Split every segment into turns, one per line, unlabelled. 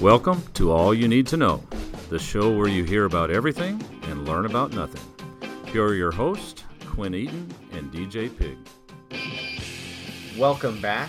Welcome to All You Need to Know, the show where you hear about everything and learn about nothing. Here are your hosts, Quinn Eaton and DJ Pig.
Welcome back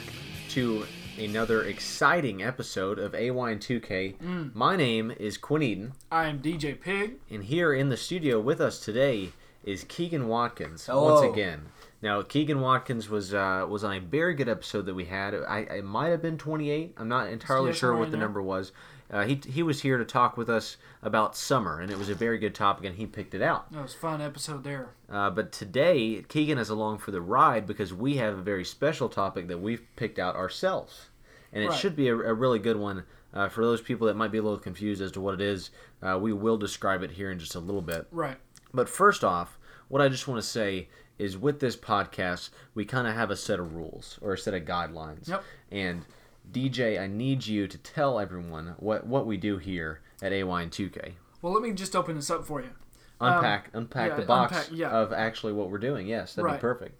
to another exciting episode of AY2K. My name is Quinn Eden,
I am DJ Pig.
and here in the studio with us today is Keegan Watkins
Hello.
once again. Now, Keegan Watkins was uh, was on a very good episode that we had. I it might have been 28. I'm not entirely
Yeah,
sure
somewhere
what
in
the
there.
number was. Uh, he he was here to talk with us about summer, and it was a very good topic, and he picked it out.
That was a fun episode there.
Uh, but today, Keegan is along for the ride because we have a very special topic that we've picked out ourselves. And it
Right.
should be a, a really good one. Uh, for those people that might be a little confused as to what it is, uh, we will describe it here in just a little bit.
Right.
But first off, what I just want to say is with this podcast, we kind of have a set of rules or a set of guidelines.
Yep.
And DJ, I need you to tell everyone what, what we do here at AY and 2K.
Well, let me just open this up for you.
Unpack, unpack
Um, yeah,
the box
unpack- yeah.
of actually what we're doing. Yes, that'd be
Right.
perfect.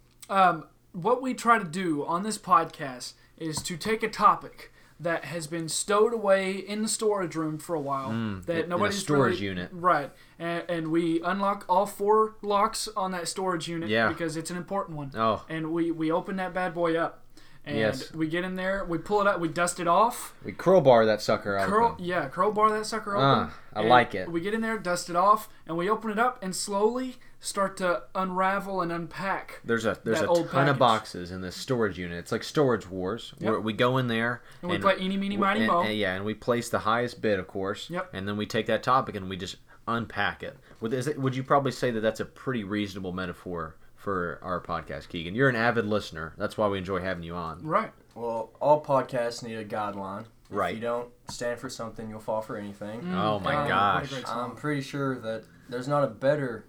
What we try to do on this podcast is to take a topic that has been stowed away in the storage room for a while
in-
that
Hmm. in a
nobody's
storage
really-
unit.
Right. And, and we unlock all four locks on that storage unit
Yeah.
because it's an important one.
Oh.
And we we open that bad boy up. And
Yes.
we get in there, we pull it up, we dust it off,
We crowbar that sucker out.
Curl, yeah, crowbar that sucker open.
Ah, I
and
like it.
We get in there, dust it off, and we open it up and slowly start to unravel and unpack.
There's a there's
That
a ton
old
of
package.
boxes in this storage unit. It's like storage wars. Where we go in there
And we play eeny, meeny, miny,
and-
moe.
and- yeah, and we place the highest bid, of course.
Yep.
And then we take that topic and we just unpack it. Would is it, would you probably say that that's a pretty reasonable metaphor for our podcast, Keegan? You're an avid listener. That's why we enjoy having you on.
Right.
Well, all podcasts need a guideline.
Right.
If you don't stand for something, you'll fall for anything.
Oh my
God, what a
gosh.
great
I'm pretty sure that there's not a better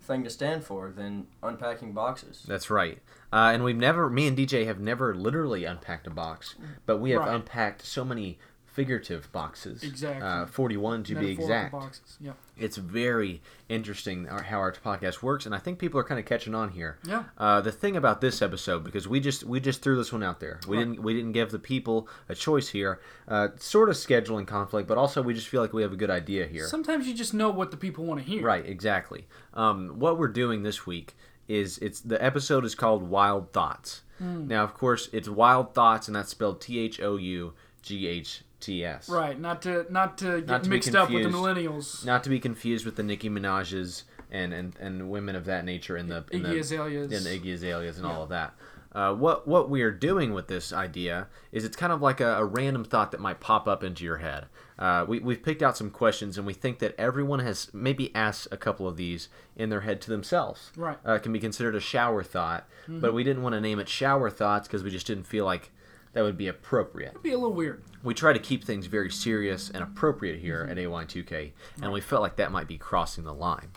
thing to stand for than unpacking boxes.
That's right. Uh, and we've never, me and DJ have never literally unpacked a box, but we have
Right.
unpacked so many figurative boxes.
Exactly.
Uh, 41 to be
Metaphorical
exact.
Boxes. Yeah.
It's very interesting our- how our podcast works, and I think people are kind of catching on here.
Yeah.
Uh, the thing about this episode, because we just we just threw this one out there, we didn't we didn't give the people a choice here. Uh, sort of scheduling conflict, but also we just feel like we have a good idea here.
Sometimes you just know what the people want to hear.
Right, exactly. Um, what we're doing this week is it's the episode is called Wild Thoughts.
Hmm.
Now, of course, it's Wild Thoughts, and that's spelled T H O U G H T S.
Right. Not to not to get
Not to be
mixed up with the
confused.
millennials,
Not to be confused with the Nicki Minaj's and and, and women of that nature in the in
Iggy
the,
Azaleas.
and the Iggy Azaleas and all of that. Uh, what what we are doing with this idea is it's kind of like a, a random thought that might pop up into your head. Uh, we, we've picked out some questions and we think that everyone has maybe asked a couple of these in their head to themselves.
Right. Mm-hmm.
Uh, it can be considered a shower thought, but we didn't want to name it shower thoughts because we just didn't feel like that would be appropriate
be a little weird.
we try to keep things very serious and appropriate here
Mm-hmm.
at AY2K, and we felt like that might be crossing the line.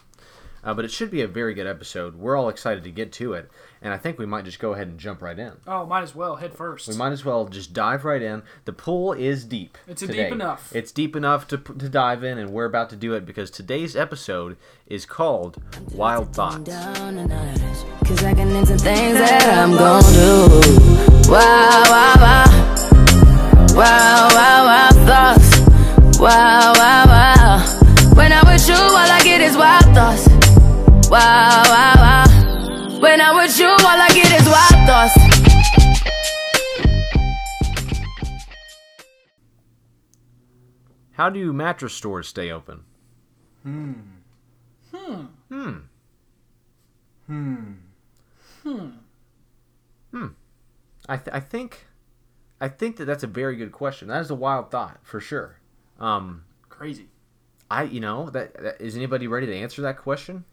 Uh, but it should be a very good episode. We're all excited to get to it, and I think we might just go ahead and jump right in.
Oh, might as well head first.
We might as well just dive right in. The pool is deep.
It's a
today.
deep enough.
It's deep enough to, to dive in, and we're about to do it because today's episode is called Wild Thoughts.
down and honest. Cause I can into things that I'm gon' do. Wow, wow, wow. Wow, wow, wow, thoughts. Wow, wow, wow. When I'm with you, all I get is wild thoughts. Wow, wow, wow. When I'm with you, all I get is wild thoughts.
How do mattress stores stay open? Hmm. Hmm. Hmm. Hmm. Hmm. I, th- I think, I think that that's a very good question. That is a wild thought for sure. Um,
Crazy.
I you know that, that is anybody ready to answer that question?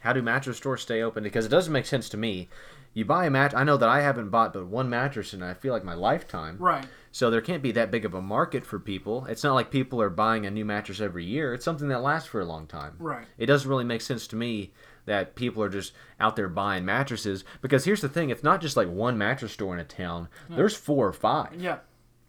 How do mattress stores stay open? Because it doesn't make sense to me. You buy a mat. I know that I haven't bought but one mattress in I feel like my lifetime.
Right.
So there can't be that big of a market for people. It's not like people are buying a new mattress every year. It's something that lasts for a long time.
Right.
It doesn't really make sense to me that people are just out there buying mattresses because here's the thing, it's not just like one mattress store in a town. There's four or five.
Yeah.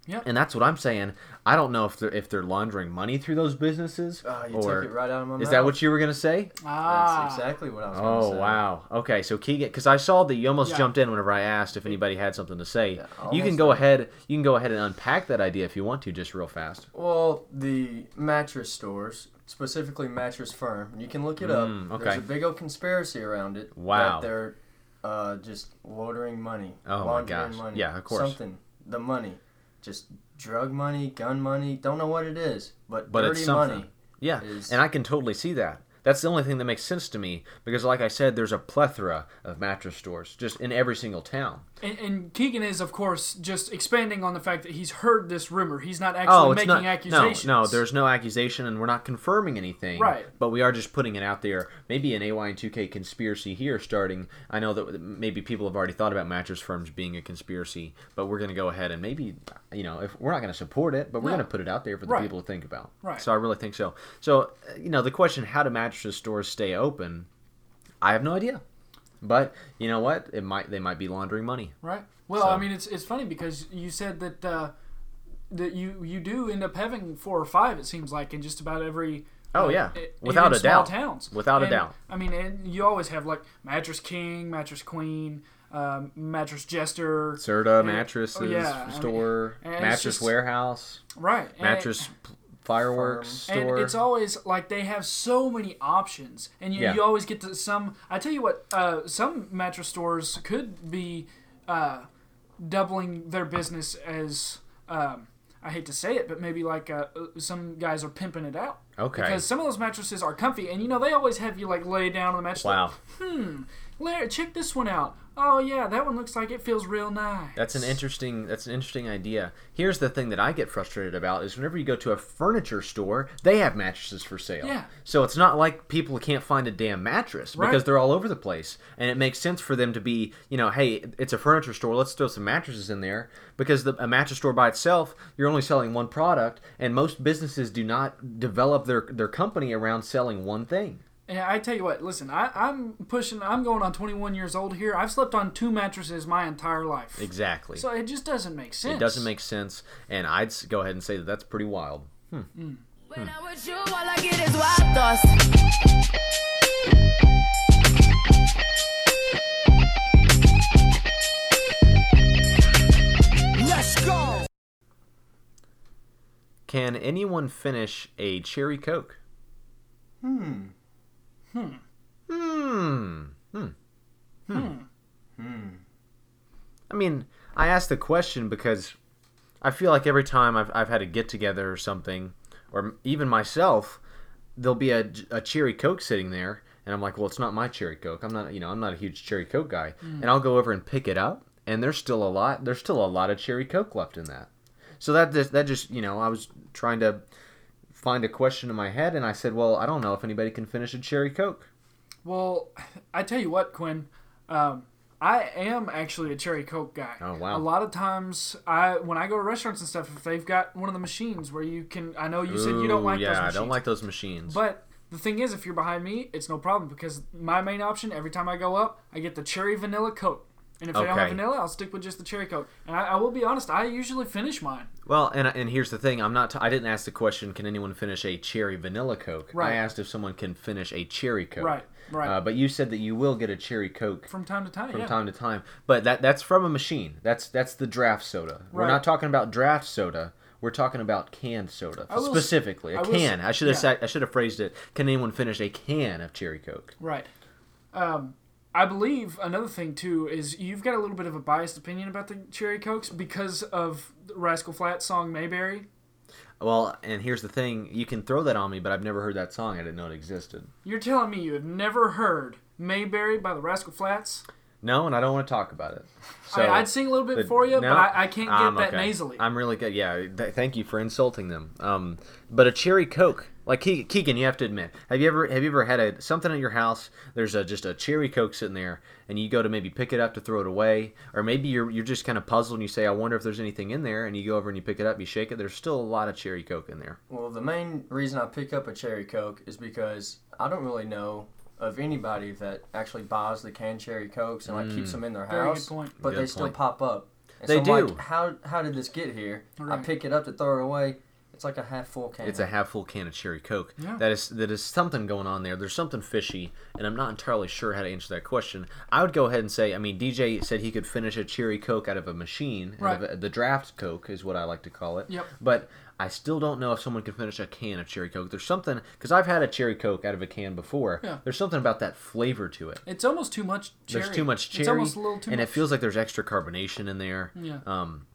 Yep.
And that's what I'm saying. I don't know if they're if they're laundering money through those businesses.
Ah, you
or
took it right out of my
is
mouth.
that what you were gonna say?
Ah,
That's exactly what I was going to
Oh
say.
wow. Okay, so Keegan, because I saw that you almost
Yeah.
jumped in whenever I asked if anybody had something to say. you can
almost
go
did.
ahead. You can go ahead and unpack that idea if you want to, just real fast.
Well, the mattress stores, specifically Mattress Firm, you can look it up.
Mm, okay.
There's a big old conspiracy around it.
Wow.
That they're uh, just loitering money.
Oh, my
laundering
gosh.
Money,
Yeah, of course.
Something. The money. Just drug money, gun money. Don't know what it is, but,
But
dirty
it's something.
money.
Yeah,
is-
and I can totally see that. That's the only thing that makes sense to me because, like I said, there's a plethora of mattress stores just in every single town.
And, and Keegan is, of course, just expanding on the fact that he's heard this rumor. He's not actually
Oh, it's
making
not. No,
accusations.
no, there's no accusation, and we're not confirming anything.
Right.
But we are just putting it out there. Maybe an AY and 2K conspiracy here starting. I know that maybe people have already thought about mattress firms being a conspiracy, but we're going to go ahead and maybe, you know, if we're not going to support it, but we're
No.
going to put it out there for the
Right.
people to think about.
Right.
So I really think so. So, uh, you know, the question how do mattress stores stay open? I have no idea. But you know what? It might they might be laundering money.
right. Well,
So-
I mean, it's it's funny because you said that uh, that you you do end up having four or five. It seems like in just about every.
Oh, yeah.
e-
Without
even
a doubt.
small towns.
Without a
And,
doubt.
I mean, and you always have like mattress king, mattress queen, um, mattress jester,
Serta
And-
mattresses
oh, yeah, I mean,
store,
and it's
mattress
just-
warehouse.
right? And-
mattress p- fireworks
and
store.
it's always like they have so many options and you,
Yeah.
you always get to some i tell you what uh, some mattress stores could be uh, doubling their business as um, i hate to say it but maybe like uh, uh, some guys are pimping it out
Okay.
because some of those mattresses are comfy and you know they always have you like lay down on the mattress
wow,
like, "Larry, check this one out oh yeah that one looks like it feels real nice
that's an interesting that's an interesting idea. Here's the thing that I get frustrated about is whenever you go to a furniture store, they have mattresses for sale.
Yeah.
So it's not like people can't find a damn mattress
Right.
because they're all over the place, and it makes sense for them to be, you know, hey, it's a furniture store, let's throw some mattresses in there because the, a mattress store by itself, you're only selling one product, and most businesses do not develop their their company around selling one thing.
And I tell you what, listen, I, I'm pushing, I'm going on 21 years old here. I've slept on two mattresses my entire life.
Exactly.
So it just doesn't make sense.
It doesn't make sense, and I'd s- go ahead and say that that's pretty wild.
When I'm with you, all I get is wild thoughts.
Can anyone finish a cherry coke? Hmm. Hmm. Hmm. Hmm. Hmm. I mean, I asked the question because I feel like every time I've, I've had a get together or something, or m- even myself, there'll be a, a cherry coke sitting there, and I'm like, well, it's not my cherry coke. I'm not, you know, I'm not a huge cherry coke guy, and I'll go over and pick it up, and there's still a lot, there's still a lot of cherry coke left in that. So that just, that just, you know, I was trying to find a question in my head, and I said, well, I don't know if anybody can finish a cherry coke.
Well, I tell you what, Quinn, um, I am actually a cherry coke guy.
Oh, wow.
A lot of times, I when I go to restaurants and stuff, if they've got one of the machines where you can, I know you said you don't
Ooh,
like
yeah,
those
I
machines.
don't like those machines.
But the thing is, if you're behind me, it's no problem because my main option every time I go up, I get the cherry vanilla coke. And if I don't have
Okay.
vanilla, I'll stick with just the cherry coke. And I, I will be honest, I usually finish mine.
Well, and and here's the thing. I'm not. T- I didn't ask the question. Can anyone finish a cherry vanilla coke?
Right.
I asked if someone can finish a cherry coke.
Right, right.
Uh, but you said that you will get a cherry coke from,
From time to time, yeah.
time to time. But that that's from a machine. That's that's the draft soda. We're
Right.
not talking about draft soda. We're talking about canned soda
will s-
specifically. A
I will s-
can. I should have
yeah.
said. I should have phrased it. Can anyone finish a can of cherry coke?
Right. Um, I believe another thing too is you've got a little bit of a biased opinion about the Cherry Cokes because of Rascal Flatts song Mayberry.
Well, and here's the thing. You can throw that on me, but I've never heard that song. I didn't know it existed.
You're telling me you have never heard Mayberry by the Rascal Flats?
No, and I don't want to talk about it. So,
I, would sing a little bit
The-
for
no?
you, but I, I can't get
I'm
that
okay.
nasally.
I'm really good. Yeah, th- thank you for insulting them. Um, but a cherry coke, like Ke- Keegan, you have to admit. Have you ever have you ever had a something at your house? There's a, just a cherry coke sitting there, and you go to maybe pick it up to throw it away, or maybe you're you're just kind of puzzled and you say, I wonder if there's anything in there, and you go over and you pick it up, you shake it. There's still a lot of cherry coke in there.
Well, the main reason I pick up a cherry coke is because I don't really know of anybody that actually buys the canned cherry cokes and like keeps them in their
Very good
house,
point.
but
Mm. Good
they still
point.
pop up. And And
They
so I'm
do.
Like, how how did this get here? I
Right.
pick it up to throw it away. It's like a half full can.
It's a half full can of cherry coke.
Yeah.
That is that is something going on there. There's something fishy, and I'm not entirely sure how to answer that question. I would go ahead and say, I mean, DJ said he could finish a cherry coke out of a machine, out of
Right.
a- the draft coke is what I like to call it.
Yep.
But I still don't know if someone can finish a can of cherry coke. There's something because I've had a cherry coke out of a can before.
Yeah.
There's something about that flavor to it.
It's almost too much cherry.
There's too much cherry,
It's almost a little too
and
much.
it feels like there's extra carbonation in there.
Yeah.
Um,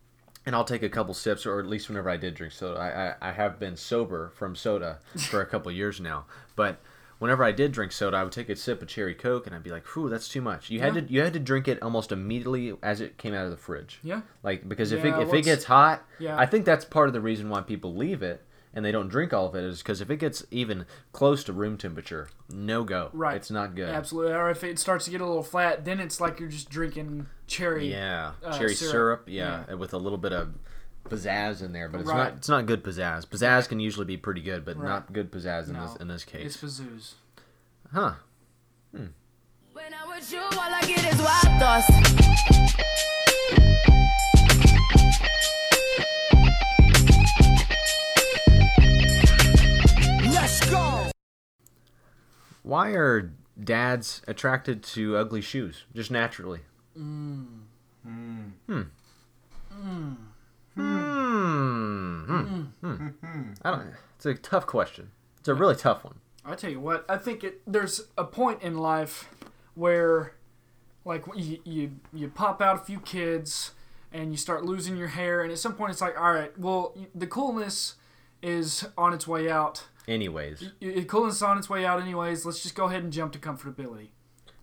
and I'll take a couple sips, or at least whenever I did drink soda. I, I, I have been sober from soda for a couple years now, but whenever I did drink soda, I would take a sip of cherry coke, and I'd be like, "Whew, that's too much." You had
Yeah.
to you had to drink it almost immediately as it came out of the fridge.
Yeah.
Like because if
Yeah,
it if it
once-
gets hot,
Yeah.
I think that's part of the reason why people leave it. And they don't drink all of it is because if it gets even close to room temperature, no go.
Right.
It's not good.
Absolutely. Or if it starts to get a little flat, then it's like you're just drinking cherry.
Yeah,
uh,
cherry syrup.
syrup.
yeah,
Yeah.
with a little bit of pizzazz in there, but it's
Right.
not it's not good pizzazz. Pizzazz can usually be pretty good, but
Right.
not good pizzazz in
No.
this in this case.
It's bazooz.
huh?
When I'm with you, all I get is wild thoughts.
Why are dads attracted to ugly shoes just naturally?
Hmm.
Hmm. Hmm. Hmm. Hmm. I don't. It's a tough question. It's a really tough one.
I tell you what, I think it, there's a point in life where, like, you, you you pop out a few kids and you start losing your hair, and at some point it's like, all right, well, the coolness is on its way out.
Anyways,
Y- y- coolness is on its way out, anyways. Let's just go ahead and jump to comfortability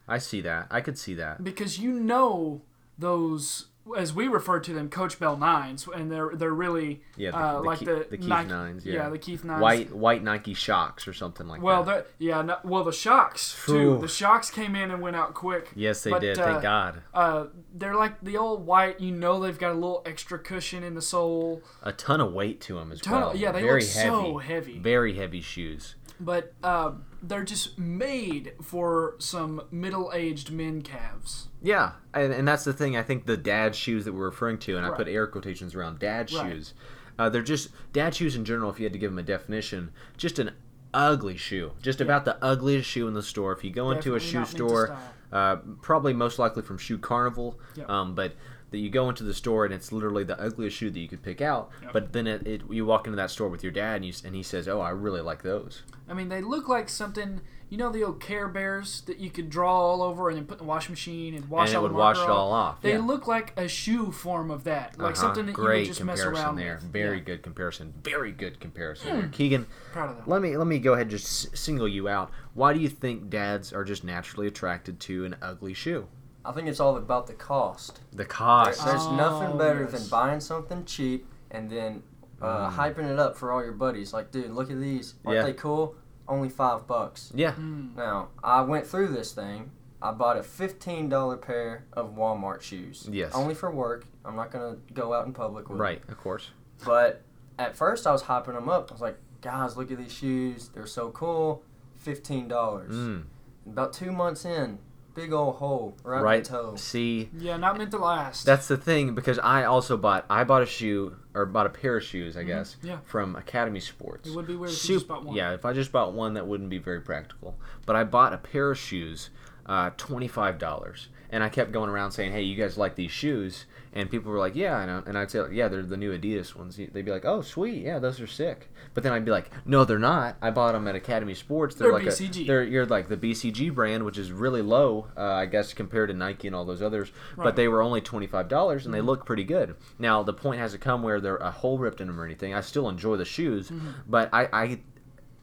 I see that. I could see that.
because you know those. As we refer to them, Coach Bell nines, and they're they're really
Yeah, the,
uh,
the,
like
Ke-
the,
the Keith
Nike-
Nines. Yeah.
yeah. the Keith nines,
White white Nike shocks or something like
Well,
that.
the, yeah, no, well, the shocks too.
Phew.
The shocks came in and went out quick.
yes, they
but,
did.
uh,
Thank God.
Uh, they're like the old white. You know, they've got a little extra cushion in the sole.
A ton of weight to them as
Ton
well.
of- yeah, they
Very
look
heavy.
so heavy.
Very heavy shoes.
but um, they're just made for some middle-aged men calves.
Yeah, and, and that's the thing. I think the dad shoes that we're referring to, and I
Right.
put air quotations around dad
Right.
shoes. Uh, they're just dad shoes in general. If you had to give them a definition, just an ugly shoe. Just about the ugliest shoe in the store. If you go into a
Definitely
shoe
not meant to
store,
style.
uh, probably most likely from Shoe Carnival,
Yep.
um, but that you go into the store and it's literally the ugliest shoe that you could pick out. But then it, it you walk into that store with your dad and you, s- and he says, "Oh, I really like those."
I mean, they look like something. You know, the old Care Bears that you could draw all over and then put in the washing machine and wash
And it
all
would
the
wash
marker
it all off.
They
yeah.
look like a shoe form of that, like
Uh-huh.
something that
Great
you would just mess
comparison
around
there.
with.
Very
Yeah. Hmm.
good comparison. Very good comparison. there. Keegan,
Proud of that.
let me let me go ahead and just s- single you out. Why do you think dads are just naturally attracted to an ugly shoe?
I think it's all about the cost.
The
There-
Uh,
cost.
There's nothing better
Oh, yes.
than buying something cheap and then uh, hyping it up for all your buddies. Like, dude, look at these. Aren't
Mm. Yeah.
they cool? Only five bucks.
yeah.
mm-hmm. Mm.
Now, I went through this thing. I bought a $15 pair of Walmart shoes.
Yes.
Only for work. I'm not going to go out in public with them.
Right. Of course.
But at first, I was hyping them up. I was like, guys, look at these shoes. They're so cool. $15.
Mm.
About two months in, big old hole right,
Right.
in the toe.
See,
Yeah, not meant to last.
that's the thing because I also bought I bought a shoe or bought a pair of shoes I guess
Mm-hmm. Yeah.
from Academy Sports.
It would be weird if you
Sup-
just bought one.
Yeah, if I just bought one, that wouldn't be very practical. But I bought a pair of shoes, uh, twenty five dollars, and I kept going around saying, "Hey, you guys like these shoes?" And people were like, "Yeah," and, I, and I'd say, "Yeah, they're the new Adidas ones." They'd be like, "Oh, sweet, yeah, those are sick." But then I'd be like, "No, they're not. I bought them at Academy Sports. They're,
They're
like a-
BCG.
they're you're like the BCG brand, which is really low, uh, I guess, compared to Nike and all those others. But
Right. Mm-hmm.
they were only twenty five dollars, and they look pretty good. Now the point hasn't come where they're a hole ripped in them or anything. I still enjoy the shoes,
Mm-hmm.
but I, I,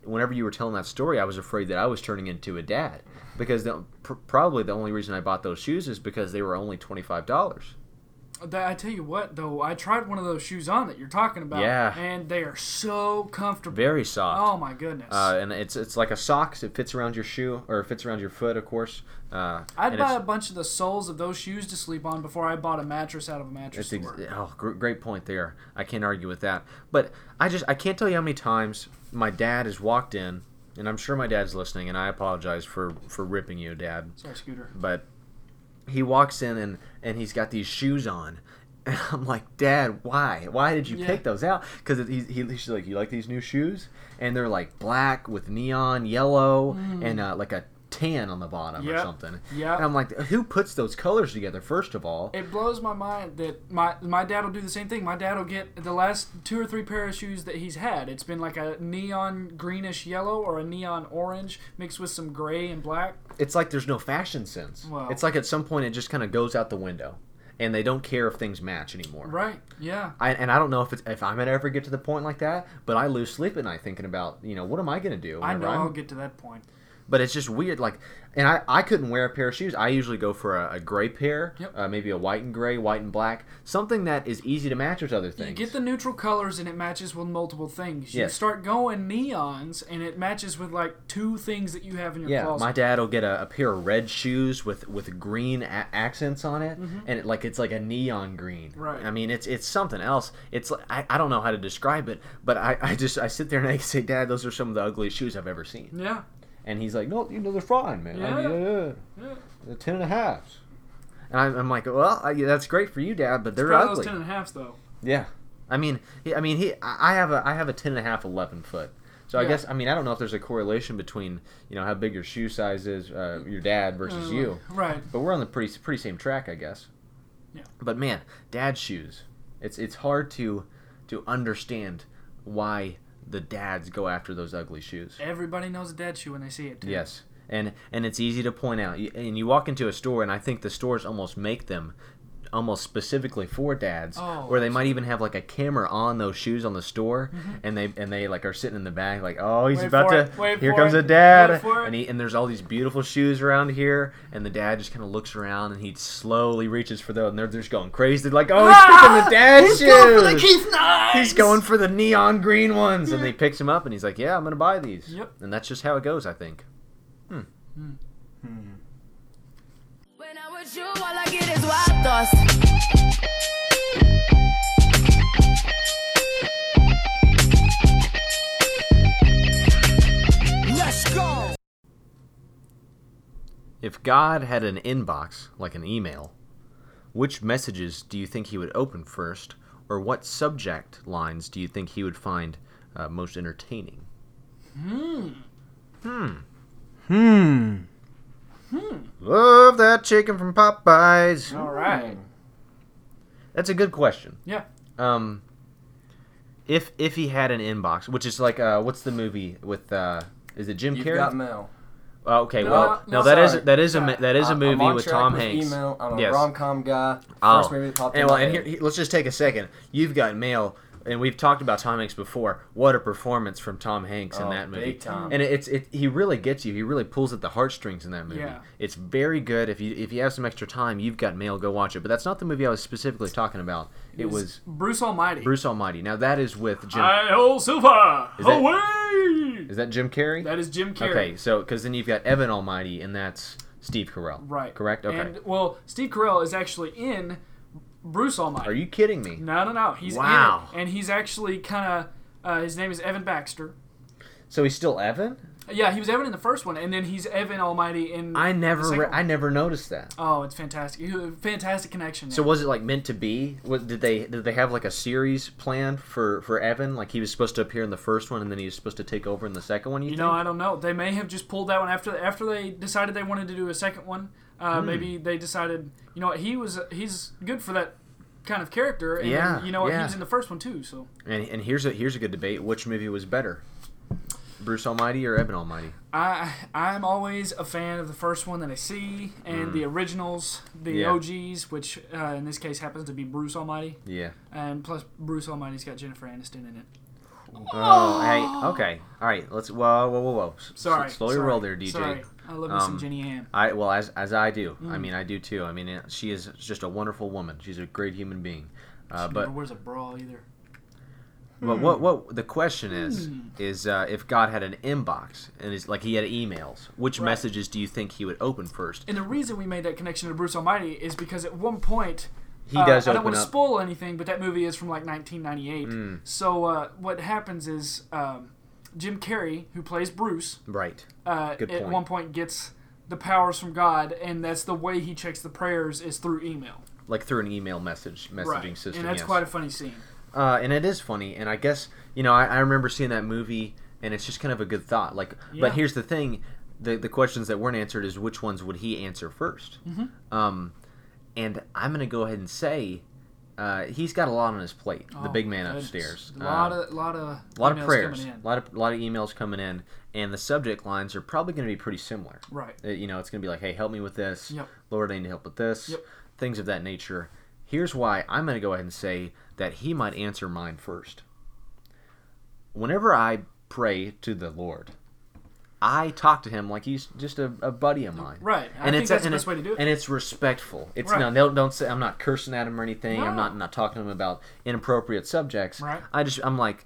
whenever you were telling that story, I was afraid that I was turning into a dad because the, pr- probably the only reason I bought those shoes is because they were only twenty five dollars.
That, I tell you what, though, I tried one of those shoes on that you're talking about.
Yeah.
And they are so comfortable.
Very soft.
Oh my goodness.
Uh, and it's it's like a socks. It fits around your shoe or it fits around your foot, of course. Uh,
I'd
and
buy
it's-
a bunch of the soles of those shoes to sleep on before I bought a mattress out of a mattress
It's
store.
ex- oh, gr- great point there. I can't argue with that. But I just I can't tell you how many times my dad has walked in, and I'm sure my dad's listening, and I apologize for for ripping you, dad.
Sorry, Scooter.
But he walks in and and he's got these shoes on, And I'm like, Dad, why? Why did you
Yeah.
pick those out? Because he, he, he's like, you like these new shoes? And they're like black with neon yellow and uh, like a tan on the bottom or
Mm. Yep.
something.
Yep.
And I'm like, who puts those colors together? First of all,
It blows my mind that my my dad will do the same thing. My dad will get the last two or three pair of shoes that he's had. It's been like a neon greenish yellow or a neon orange mixed with some gray and black.
it's like there's no fashion sense.
Wow.
It's like at some point it just kind of goes out the window, and they don't care if things match anymore.
Right. Yeah.
I, and I don't know if it's if I'm gonna ever get to the point like that, but I lose sleep at night thinking about you know what am I gonna do?
I know
whenever I'm-
I'll get to that point.
but it's just weird. Like, and I, I couldn't wear a pair of shoes. I usually go for a, a gray pair,
Yep.
uh, maybe a white and gray, white and black, something that is easy to match with other things.
You get the neutral colors and it matches with multiple things. You
Yes.
start going neons and it matches with like two things that you have in your
yeah,
closet.
my dad will get a, a pair of red shoes with with green a- accents on it, and it, like it's like a neon green.
Mm-hmm. Right.
I mean, it's it's something else. It's like- I, I don't know how to describe it, but I, I just I sit there and I say, Dad, those are some of the ugliest shoes I've ever seen.
yeah.
And he's like, No, you know they're fine, man. I
Yeah.
mean, yeah,
Yeah.
they're ten and a halves. And I'm, I'm like, well, I, that's great for you, Dad, but they're
Probably
ugly.
those ten and a halfs though.
Yeah, I mean, he, I mean, he, I I have a, I have a ten and a half, eleven foot. So I
Yeah.
guess, I mean, I don't know if there's a correlation between, you know, how big your shoe size is, uh, your dad versus
Mm.
you.
Right.
But we're on the pretty, pretty same track, I guess.
Yeah.
But man, dad shoes. It's, it's hard to, to understand why the dads go after those ugly shoes.
Everybody knows a dad shoe when they see it. Too.
Yes. And and it's easy to point out. You- And you walk into a store and I think the stores almost make them almost specifically for dads
Oh,
where they might even have like a camera on those shoes on the store and they and they like are sitting in the back like oh he's
Mm-hmm. Wait
about
for
to
it, wait
here
for
comes
it,
a dad
wait for it.
and he and there's all these beautiful shoes around here and the dad just kind of looks around and he slowly reaches for those and they're just going crazy they're like oh he's
Ah!
picking the dad shoes He's going for the neon green ones, and he picks him up, and he's like, "Yeah, I'm gonna buy these."
Yep.
And that's just how it goes, I think.
When I'm with you, all I get is wild thoughts.
If God had an inbox, like an email, which messages do you think He would open first, or what subject lines do you think He would find uh, most entertaining? Hmm. Hmm. Hmm. Love that chicken from Popeyes.
All right.
Mm.
That's a good question.
Yeah.
Um, if if he had an inbox, which is like, uh, what's the movie with? Uh, is it Jim
You've
Carrey?
got mail.
Oh, okay,
No,
well,
no,
no, that is
sorry.
that is a mi-
Yeah.
that is a
I'm-
movie
I'm on
with
track
Tom Hanks.
Email. I'm a
Yes.
rom-com guy. First
Oh.
movie that popped
and
in
well,
my
and here,
head.
he- let's just take a second. You've got mail, and we've talked about Tom Hanks before. What a performance from Tom Hanks in
Oh,
that movie!
big time.
And it's it he really gets you. He really pulls at the heartstrings in that movie.
Yeah.
It's very good. If you if you have some extra time, you've got mail. Go watch it. But that's not the movie I was specifically talking about. It was
Bruce Almighty.
Bruce Almighty. Now that is with Jim.
I hold silver.
Is that-
Away.
is that Jim Carrey?
That is Jim Carrey.
okay, so because then you've got Evan Almighty, and that's Steve Carell.
Right.
Correct. Okay.
And well, Steve Carell is actually in Bruce Almighty.
Are you kidding me?
No, no, no. He's
Wow.
in it, and he's actually kind of. Uh, his name is Evan Baxter.
So he's still Evan?
Yeah, he was Evan in the first one, and then he's Evan Almighty in.
I never,
The second
re-
one.
I never noticed that.
oh, it's fantastic! You- Fantastic connection.
So
There.
was it like meant to be? What, did they did they have like a series planned for for Evan? Like he was supposed to appear in the first one, and then he was supposed to take over in the second one. You,
you
think?
know, I don't know. They may have just pulled that one after after they decided they wanted to do a second one. Uh, Maybe they decided, you know, what he was he's good for that kind of character. And
Yeah,
then, you know, what he
yeah.
was in the first one too. So
and, and here's a here's a good debate: which movie was better, Bruce Almighty or Evan Almighty?
I I'm always a fan of the first one that I see and the originals, the
Yeah.
OGs, which uh, in this case happens to be Bruce Almighty,
Yeah.
and plus Bruce Almighty's got Jennifer Aniston in it.
Oh, hey, okay, all right. Let's whoa, whoa, whoa, whoa. S-
Sorry,
slow your
sorry,
roll there, DJ.
Sorry. Mm. I love me some
Um,
Jenny Ann.
I well as as I do. I mean, I do too. I mean, uh, she is just a wonderful woman. She's a great human being. Uh,
She
but
never wears a bra either.
But
Mm.
what what the question is is uh, if God had an inbox and it's like he had emails, which
Right.
messages do you think he would open first?
And the reason we made that connection to Bruce Almighty is because at one point
He
uh,
does
I
open
don't want to
up. Hmm.
spoil anything, but that movie is from like 1998. So uh, what happens is um, Jim Carrey, who plays Bruce,
right.
uh,
Good
at
point.
one point gets the powers from God, and that's the way he checks the prayers is through email.
like through an email message messaging
right.
system.
and that's
yes.
quite a funny scene.
uh, and it is funny. And I guess you know I, I remember seeing that movie, and it's just kind of a good thought. Like,
Yeah.
but here's the thing: the the questions that weren't answered is which ones would he answer 1st
Mm-hmm.
Um, and I'm gonna go ahead and say. Uh, he's got a lot on his plate. the
Oh,
big man
goodness.
upstairs.
A lot
Uh,
of lot of
a lot of
emails
prayers,
coming in.
a lot of a lot of emails coming in, and the subject lines are probably going to be pretty similar.
Right.
Uh, You know, it's going to be like, "Hey, help me with this."
Yep.
Lord, I need help with this.
Yep.
Things of that nature. Here's why I'm going to go ahead and say that he might answer mine first. Whenever I pray to the Lord, I talk to him like he's just a, a buddy of mine.
Right. I think that's the best way to do it.
And it's respectful. It's
Right.
no, don't, don't say I'm not cursing at him or anything. I'm
No.
not not talking to him about inappropriate subjects.
Right.
I just I'm like,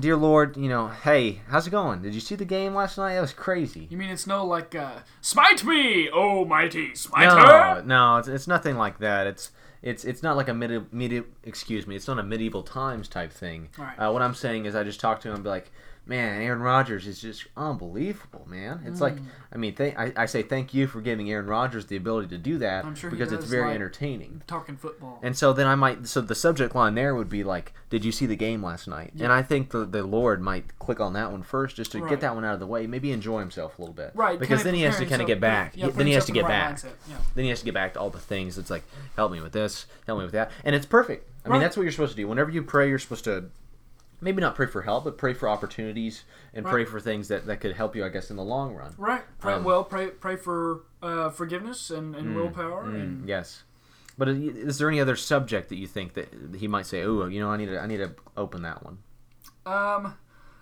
dear Lord, you know, hey, how's it going? Did you see the game last night? That was crazy.
You mean it's no like uh, smite me, oh mighty smiter?
No, no, it's, it's nothing like that. It's it's it's not like a medi- medi- excuse me, it's not a medieval times type thing.
Right.
Uh, what I'm saying is, I just talked to him and be like, man, Aaron Rodgers is just unbelievable, man. It's like,
Mm.
I mean, th- I, I say thank you for giving Aaron Rodgers the ability to do that
I'm sure he
because it's
does
very
like-
entertaining.
Talking football.
And so then I might, so the subject line there would be like, did you see the game last night? And I think the, the Lord might click on that one first just to
Right.
get that one out of the way, maybe enjoy himself a little bit.
right.
Because
kinda
then he has to
prepare
kind of get
himself-
back.
Yeah,
He-
put
then he has
himself
to
in
get
the right
back
mindset, yeah.
then he has to get back to all the things. It's like, help me with this, help me with that, and it's perfect. I mean,
Right.
that's what you're supposed to do. Whenever you pray, you're supposed to maybe not pray for help, but pray for opportunities and pray
Right.
for things that that could help you, I guess, in the long run.
Right. Pray,
Um, Mm,
well, pray pray for uh, forgiveness and, and willpower and
Yes. But i- is there any other subject that you think that he might say, "Oh, you know, I need to, I need to open that one"?
Um,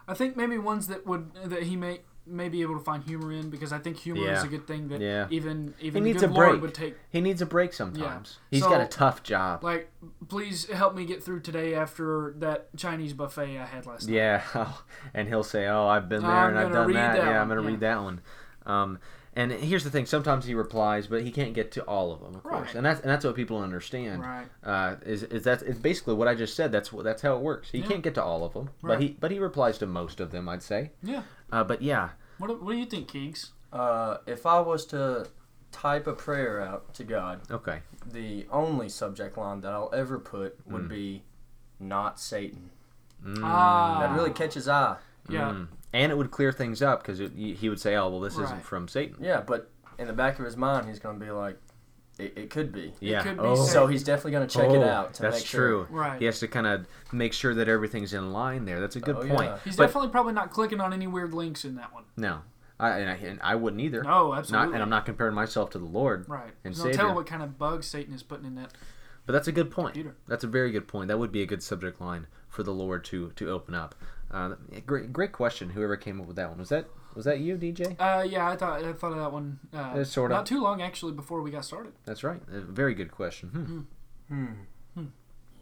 I think maybe ones that would that he may may be able to find humor in because I think humor is
Yeah.
a good thing that
Yeah.
even
He
even
needs a
good Lord
break.
would take.
He needs a break sometimes.
Yeah.
He's got a
So-
tough job.
Like, please help me get through today after that Chinese buffet I had last night.
Yeah, and he'll say, "Oh, I've been there
I'm
and I've
gonna
done
read
that.
that
yeah, I'm
one."
gonna
Yeah.
read that one." Um, and here's the thing: sometimes he replies, but he can't get to all of them, of course.
Right.
And that's and that's what people don't understand.
Right.
Uh, is is that it's basically what I just said? That's what that's how it works. He
Yeah.
can't get to all of them,
Right.
but he but he replies to most of them, I'd say.
Yeah.
Uh, but yeah,
What, do- what do you think, Keeks?
Uh, if I was to type a prayer out to God,
okay.
the only subject line that I'll ever put
Hmm.
would be not Satan.
Mm,
Ah,
That really catches eye.
yeah.
And it would clear things up because he would say, "Oh, well, this isn't
Right.
from Satan."
Yeah, but in the back of his mind, he's going to be like, it, it could be.
Yeah.
could be
oh.
Satan.
So he's definitely going to check it
Oh,
out. To
that's
make
true.
sure.
Right.
He has to kind of make sure that everything's in line there. That's a good
Oh,
point.
yeah.
He's
But-
definitely probably not clicking on any weird links in that one.
No, I and I, and I wouldn't either.
No,
Not,
absolutely.
and I'm not comparing myself to the Lord.
Right.
And
Don't
Savior.
tell what kind of bugs Satan is putting in that.
But that's a good point.
Computer.
That's a very good point. That would be a good subject line for the Lord to to open up. Uh, great, great question. Whoever came up with that one was that was that you, DJ?
Uh, yeah, I thought I thought of that one. Uh,
It's sorta-
not too long actually before we got started.
That's right. A very good question. Hmm.
When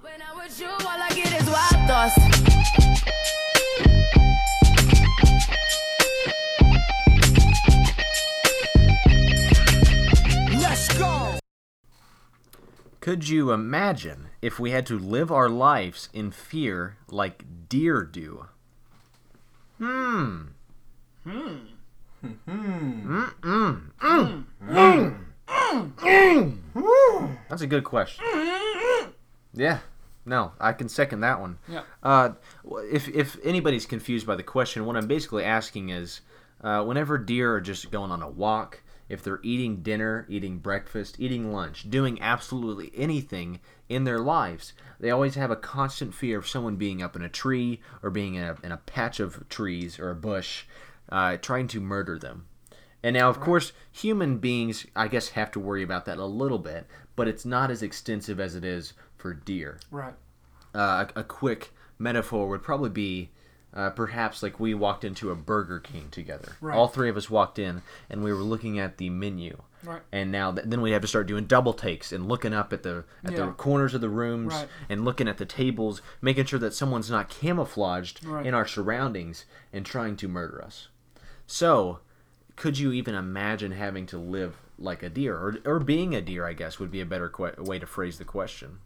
I'm with you, all I get is wild thoughts.
Could you imagine if we had to live our lives in fear like deer do? Hmm. Hmm. Hmm. Mm-mm. Mm. Mm. Mm. That's a good question. Yeah. No, I can second that one.
Yeah.
Uh, if if anybody's confused by the question, what I'm basically asking is, uh, whenever deer are just going on a walk, if they're eating dinner, eating breakfast, eating lunch, doing absolutely anything in their lives, they always have a constant fear of someone being up in a tree or being in a, in a patch of trees or a bush, uh, trying to murder them. And now, of course, human beings, I guess, have to worry about that a little bit, but it's not as extensive as it is for deer
Right.
uh, a, a quick metaphor would probably be uh, perhaps like we walked into a Burger King together.
Right.
All three of us walked in and we were looking at the menu.
Right.
And now th- then we have to start doing double takes and looking up at the at the
Yeah.
corners of the rooms
Right.
and looking at the tables, making sure that someone's not camouflaged
Right.
in our surroundings and trying to murder us. So, could you even imagine having to live like a deer or or being a deer, I guess would be a better que- way to phrase the question.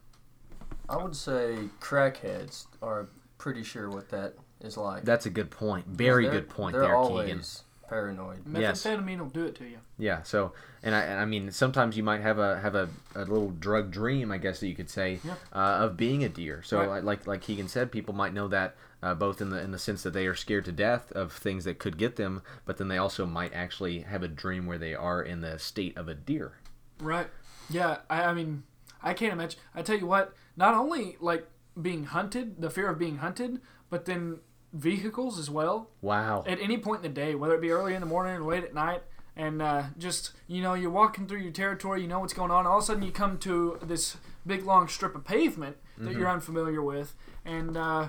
I would say crackheads are pretty sure what that is like.
That's a good point. Very
They're-
good point
they're
there,
always
Keegan.
paranoid.
Yes.
Methamphetamine will do it to you.
Yeah. So, and I, and I mean, sometimes you might have a have a, a little drug dream, I guess that you could say,
Yeah.
uh, of being a deer. So,
Right.
like like like Keegan said, people might know that uh, both in the in the sense that they are scared to death of things that could get them, but then they also might actually have a dream where they are in the state of a deer.
Right. Yeah. I, I mean, I can't imagine. I tell you what, not only like being hunted, the fear of being hunted, but then vehicles as well.
Wow.
At any point in the day, whether it be early in the morning or late at night, and uh, just you know, you're walking through your territory, you know what's going on. All of a sudden, you come to this big long strip of pavement that
Mm-hmm.
you're unfamiliar with, and uh,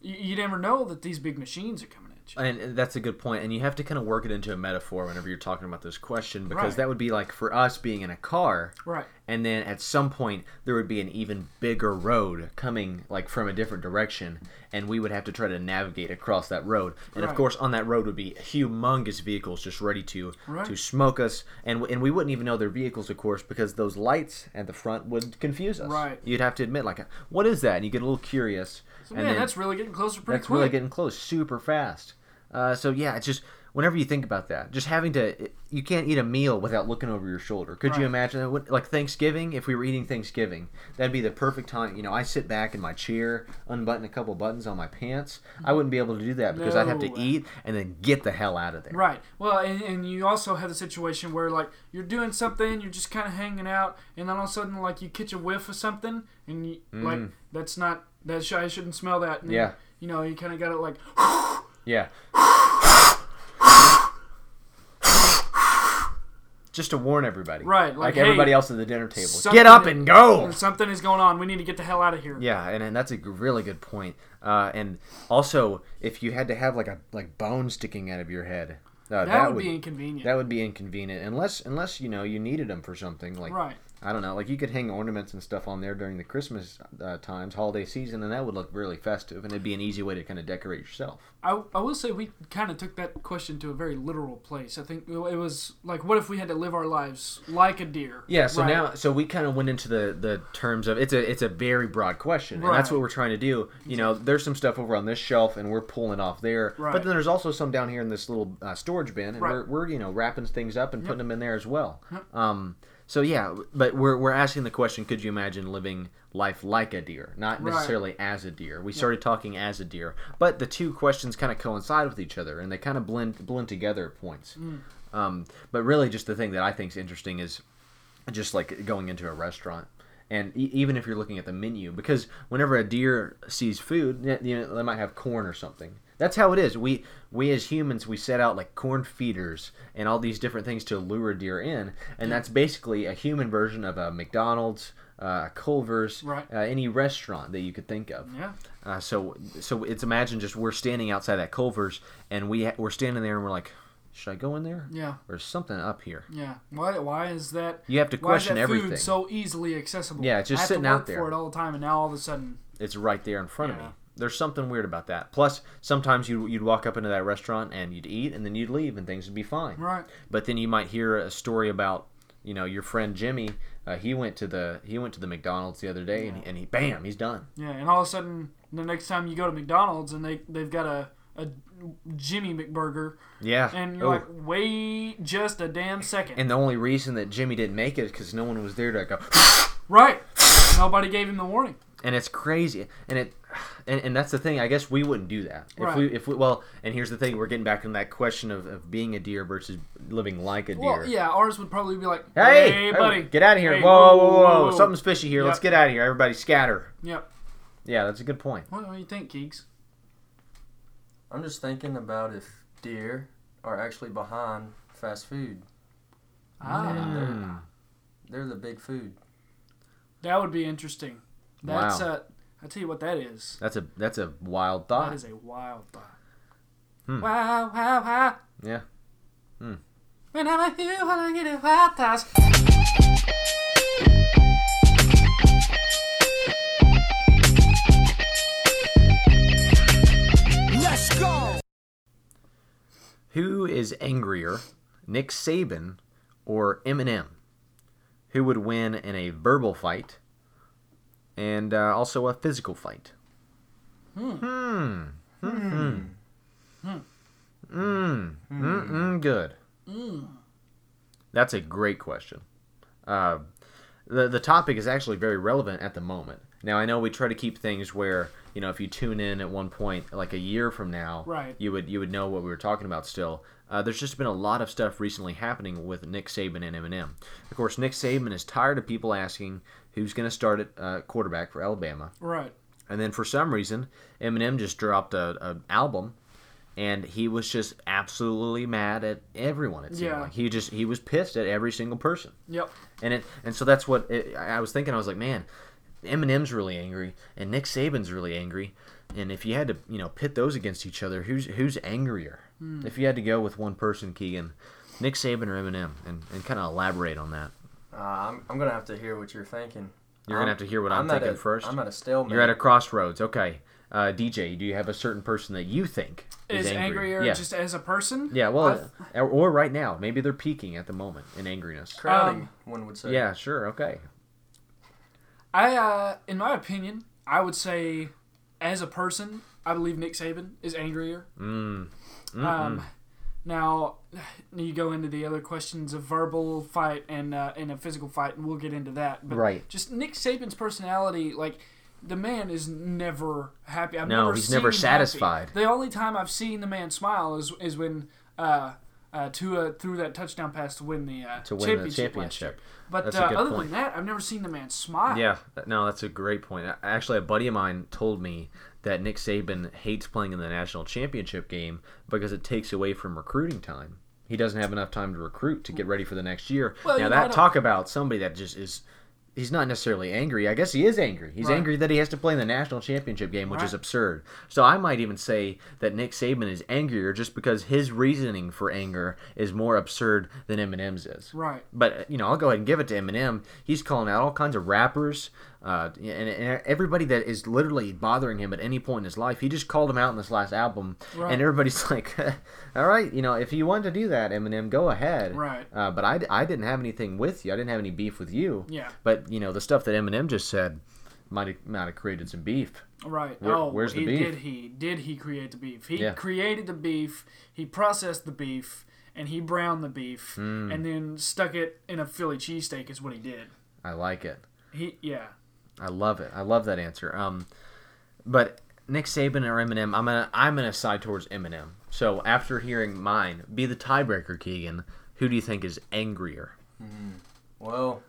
you, you never know that these big machines are coming at you.
and and that's a good point and you have to kind of work it into a metaphor whenever you're talking about this question because
Right.
that would be like for us being in a car
Right.
and then at some point there would be an even bigger road coming like from a different direction and we would have to try to navigate across that road and of
Right.
course on that road would be humongous vehicles just ready to
Right.
to smoke us and w- and we wouldn't even know they're vehicles of course because those lights at the front would confuse us
Right.
you'd have to admit like what is that and you get a little curious
So,
and
man,
then-
that's really getting closer pretty
that's
quick.
really getting close super fast uh, so yeah it's just whenever you think about that just having to you can't eat a meal without looking over your shoulder could you
Right.
imagine that? What- like thanksgiving if we were eating thanksgiving that'd be the perfect time you know i sit back in my chair unbutton a couple buttons on my pants i wouldn't be able to do that because i'd have
No.
to eat and then get the hell out of there
Right. Well, and, and you also have the situation where like you're doing something, you're just kind of hanging out, and then all of a sudden like you catch a whiff of something, and you, like that's not that sh- I shouldn't smell that. And then,
Mm. Yeah.
You know, you kind of got it like
yeah just to warn everybody
Right,
like,
like, hey,
everybody else at the dinner table
something-
get up and go
something is going on. We need to get the hell out of here.
Yeah, and, and that's a g- really good point. Uh, and also, if you had to have like a like bone sticking out of your head, uh,
That, would, be inconvenient.
that would be inconvenient unless unless you know you needed them for something like
Right.
I don't know, like you could hang ornaments and stuff on there during the Christmas uh, times, holiday season, and that would look really festive, and it'd be an easy way to kind of decorate yourself.
I, I will say we kind of took that question to a very literal place. I think it was like, what if we had to live our lives like a deer?
Yeah, so
Right.
now so we kind of went into the the terms of it's a it's a very broad question, and that's
Right.
what we're trying to do. You know, there's some stuff over on this shelf, and we're pulling off there,
Right.
but then there's also some down here in this little uh, storage bin, and
Right.
we're, we're you know wrapping things up and putting them in there as well. Um, so yeah, but we're we're asking the question: Could you imagine living life like a deer, not
Right.
necessarily as a deer? We started talking as a deer, but the two questions kind of coincide with each other, and they kind of blend blend together at points.
Mm.
Um, but really, just the thing that I think is interesting is just like going into a restaurant and e- even if you're looking at the menu because whenever a deer sees food y- you know they might have corn or something that's how it is we we as humans we set out like corn feeders and all these different things to lure deer in and that's basically a human version of a mcdonald's uh, culver's
Right.
uh, any restaurant that you could think of
Yeah.
uh, so so it's imagine just we're standing outside that culver's and we ha- we're standing there and we're like should i go in there
Yeah.
there's something up here
Yeah. Why? Why is that?
You have to
why is that
question everything.
Food so easily accessible.
Yeah, it's just
I have to
sitting out
work
there.
for it all the time, and now all of a sudden,
it's right there in front of
Yeah.
me. There's something weird about that. Plus, sometimes you you'd walk up into that restaurant and you'd eat and then you'd leave and things would be fine.
Right.
But then you might hear a story about you know your friend Jimmy. Uh, he went to the he went to the McDonald's the other day and, and he bam he's done.
yeah, and all of a sudden, the next time you go to McDonald's and they they've got a a Jimmy McBurger,
Yeah.
and you're
Oh.
like, wait just a damn second,
And the only reason that Jimmy didn't make it is because no one was there to go.
right? Nobody gave him the warning.
and it's crazy and it and, and that's the thing i guess we wouldn't do that if
Right.
we if we well and here's the thing we're getting back in that question of, of being a deer versus living like a deer
Well, yeah, ours would probably be like,
Hey,
hey,
hey,
buddy,
get out of here!
Hey,
whoa, whoa, whoa, whoa, something's fishy here. Let's
Yep.
get out of here, everybody! Scatter.
Yep.
Yeah, that's a good point.
What, what do you think, Keeks?
I'm just thinking about if deer are actually behind fast food.
Ah,
And they're, they're the big food.
that would be interesting. That's
Wow.
uh I tell you what that is.
That's a that's a wild
That
thought.
is a wild thought.
Hmm.
Wow, wow, wow.
yeah,
When I'm with you, I get a wild thought.
who is angrier, Nick Saban or Eminem? Who would win in a verbal fight and uh, also a physical fight? Hmm. Hmm. Hmm. Mm, good. That's a great question. Uh, the the topic is actually very relevant at the moment. Now I know we try to keep things where you know if you tune in at one point like a year from now,
Right.
you would you would know what we were talking about still. Uh, there's just been a lot of stuff recently happening with Nick Saban and Eminem. Of course, Nick Saban is tired of people asking who's going to start at uh, quarterback for Alabama.
Right.
And then for some reason, Eminem just dropped a, a album, and he was just absolutely mad at everyone. It seemed
Yeah.
like he just he was pissed at every single person.
Yep.
And it and so that's what it, I I was thinking. I was like, man, Eminem's really angry, and Nick Saban's really angry. And if you had to, you know, pit those against each other, who's who's angrier?
Hmm.
If you had to go with one person, Keegan, Nick Saban or Eminem, and, and kind of elaborate on that.
Uh, I'm, I'm gonna have to hear what you're thinking.
You're gonna have
I'm-
to hear what I'm
at
thinking
a-
first.
I'm at a stalemate.
You're at a crossroads. Okay. Uh, DJ, do you have a certain person that you think is,
Is
angry?
angrier
yeah.
just as a person?
yeah, well, or, or right now. Maybe they're peaking at the moment in angriness.
Crowdy,
um,
one would say.
Yeah, sure. Okay.
I, uh, in my opinion, I would say, as a person, I believe Nick Saban is angrier.
Mm.
Um, now, you go into the other questions of verbal fight and uh, and a physical fight, and we'll get into that. But
Right.
Just Nick Saban's personality, like the man is never happy. I've
No,
never
he's
seen
never
him happy.
satisfied.
The only time I've seen the man smile is is when. Uh, uh, Tua threw that touchdown pass to win the uh,
To win the
championship. last year.
championship.
But
That's
uh,
a good
other
point.
than that, I've never seen the man smile.
Yeah, th- no, that's a great point. A- Actually, a buddy of mine told me that Nick Saban hates playing in the national championship game because it takes away from recruiting time. He doesn't have enough time to recruit to get ready for the next year.
Well,
now
you
that
gotta-
talk about somebody that just is. He's not necessarily angry. I guess he is angry. He's
Right.
angry that he has to play in the national championship game, which is
Right.
absurd. So I might even say that Nick Saban is angrier just because his reasoning for anger is more absurd than Eminem's is.
Right.
But you know, I'll go ahead and give it to Eminem. He's calling out all kinds of rappers, uh, and, and everybody that is literally bothering him at any point in his life. He just called him out in this last album,
Right.
and everybody's like, "All right, you know, if you wanted to do that, Eminem, go ahead."
Right.
Uh, but I, I didn't have anything with you. I didn't have any beef with you.
Yeah.
But you know, the stuff that Eminem just said might have, might have created some beef.
Right.
Where-
oh,
where's the
he-
beef?
Did he? Did he create the beef? He
Yeah.
created the beef. He processed the beef, and he browned the beef,
Hmm.
and then stuck it in a Philly cheesesteak. Is what he did.
I like it.
He yeah.
I love it. I love that answer. Um, but Nick Saban or Eminem, I'm gonna I'm gonna side towards Eminem. So after hearing mine, be the tiebreaker, Keegan. Who do you think is angrier?
Well,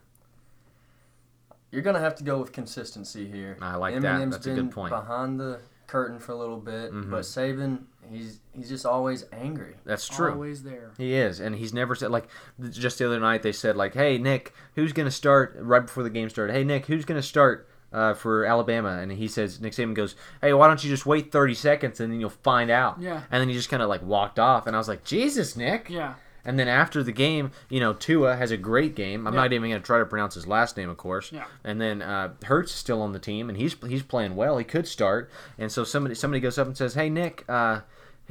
you're gonna have to go with consistency here.
I like that.
Eminem's
That's a
been
good point. Mm-hmm.
Behind the curtain for a little bit, but Saban, he's he's just always angry.
That's true.
Always there.
He is, and he's never said like th- just the other night they said like, "Hey Nick, who's gonna start right before the game started? Hey Nick, who's gonna start uh, for Alabama?" And he says Nick Saban goes, "Hey, why don't you just wait thirty seconds and then you'll find out?"
Yeah.
And then he just kind of like walked off, and I was like, "Jesus, Nick."
Yeah.
And then after the game, you know, Tua has a great game. I'm
Yeah.
not even going to try to pronounce his last name, of course.
Yeah.
And then uh, Hertz is still on the team, and he's he's playing well. He could start. And so somebody somebody goes up and says, "Hey, Nick." Uh,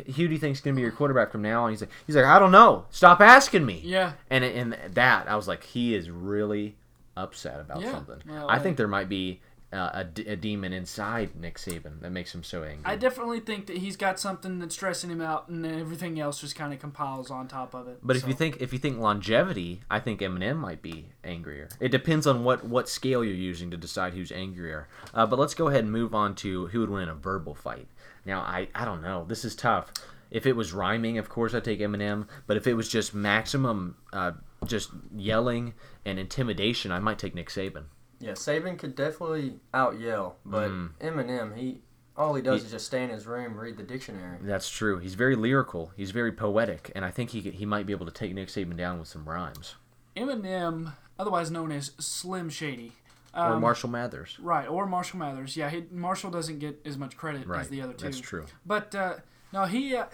who do you think's gonna be your quarterback from now? on?" he's like, he's like, I don't know. Stop asking me.
Yeah.
And and that I was like, he is really upset about
Yeah.
something.
Well,
I
I-
think there might be uh, a, d- a demon inside Nick Saban that makes him so angry.
I definitely think that he's got something that's stressing him out, and then everything else just kind of compiles on top of it.
But if
So,
you think if you think longevity, I think Eminem might be angrier. It depends on what what scale you're using to decide who's angrier. Uh, but let's go ahead and move on to who would win in a verbal fight. Now I I don't know. This is tough. If it was rhyming, of course I'd take Eminem. But if it was just maximum, uh, just yelling and intimidation, I might take Nick Saban.
Yeah, Saban could definitely out yell, but Eminem, he all he does
Mm. He-
is just stay in his room, read the dictionary.
That's true. He's very lyrical. He's very poetic, and I think he he might be able to take Nick Saban down with some rhymes
Eminem, otherwise known as Slim Shady, Um,
or Marshall Mathers.
right, or Marshall Mathers. Yeah, he, Marshall doesn't get as much credit
Right.
as the other two.
That's true.
But uh, no, he. Uh,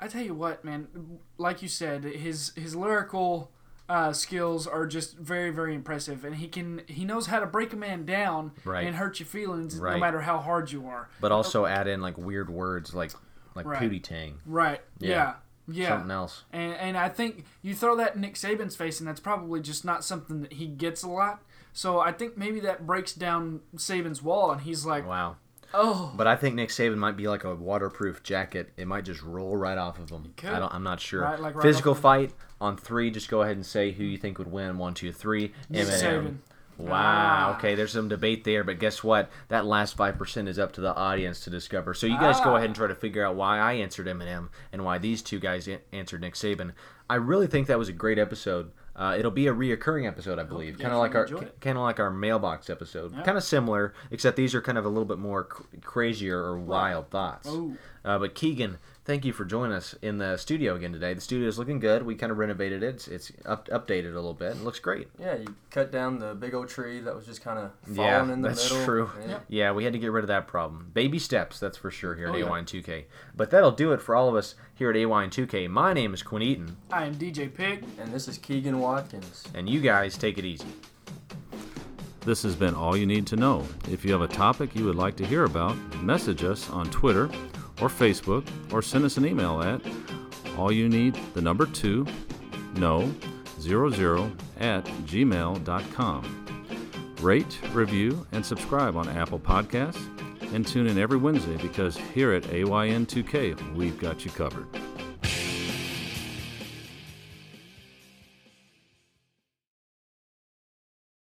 I tell you what, man. Like you said, his his lyrical uh, skills are just very, very impressive, and he can he knows how to break a man down
Right.
and hurt your feelings
Right.
no matter how hard you are.
but also add in like weird words like like
Right.
pootie tang,
Right.
Yeah.
Yeah. Yeah.
something else.
And and I think you throw that in Nick Saban's face, and that's probably just not something that he gets a lot. So I think maybe that breaks down Saban's wall, and he's like,
Wow.
Oh,
But I think Nick Saban might be like a waterproof jacket. It might just roll right off of him.
could.
I don't, I'm not sure.
Right, like right
Physical
off of
fight on three. Just go ahead and say who you think would win. One, two, three.
Nick Saban.
Eminem. Wow. Okay, there's some debate there, but guess what? That last five percent is up to the audience to discover. So you guys go ahead and try to figure out why I answered Eminem and why these two guys a- answered Nick Saban. I really think that was a great episode. Uh, it'll be a reoccurring episode, I believe, kind of like our
enjoyed it.
kind of like our mailbox episode, kind of similar, except these are kind of a little bit more c- crazier or wild thoughts.
Ooh.
Uh, but Keegan, thank you for joining us in the studio again today. The studio is looking good. We kind of renovated it. It's, it's up, updated a little bit. It looks great.
Yeah, you cut down the big old tree that was just kind of falling
Yeah,
in the
that's
middle.
true.
Yeah.
Yeah. we had to get rid of that problem. Baby steps, that's for sure here at
Oh, yeah.
AY and 2K. But that'll do it for all of us here at AY and 2K. My name is Quinn Eaton,
I am DJ Pig.
And this is Keegan Watkins.
and you guys take it easy.
This has been all you need to know. If you have a topic you would like to hear about, message us on Twitter or Facebook or send us an email at all you need the number 2 no 00 at gmail.com. Rate, review, and subscribe on Apple Podcasts and tune in every Wednesday because here at AYN2K, we've got you covered.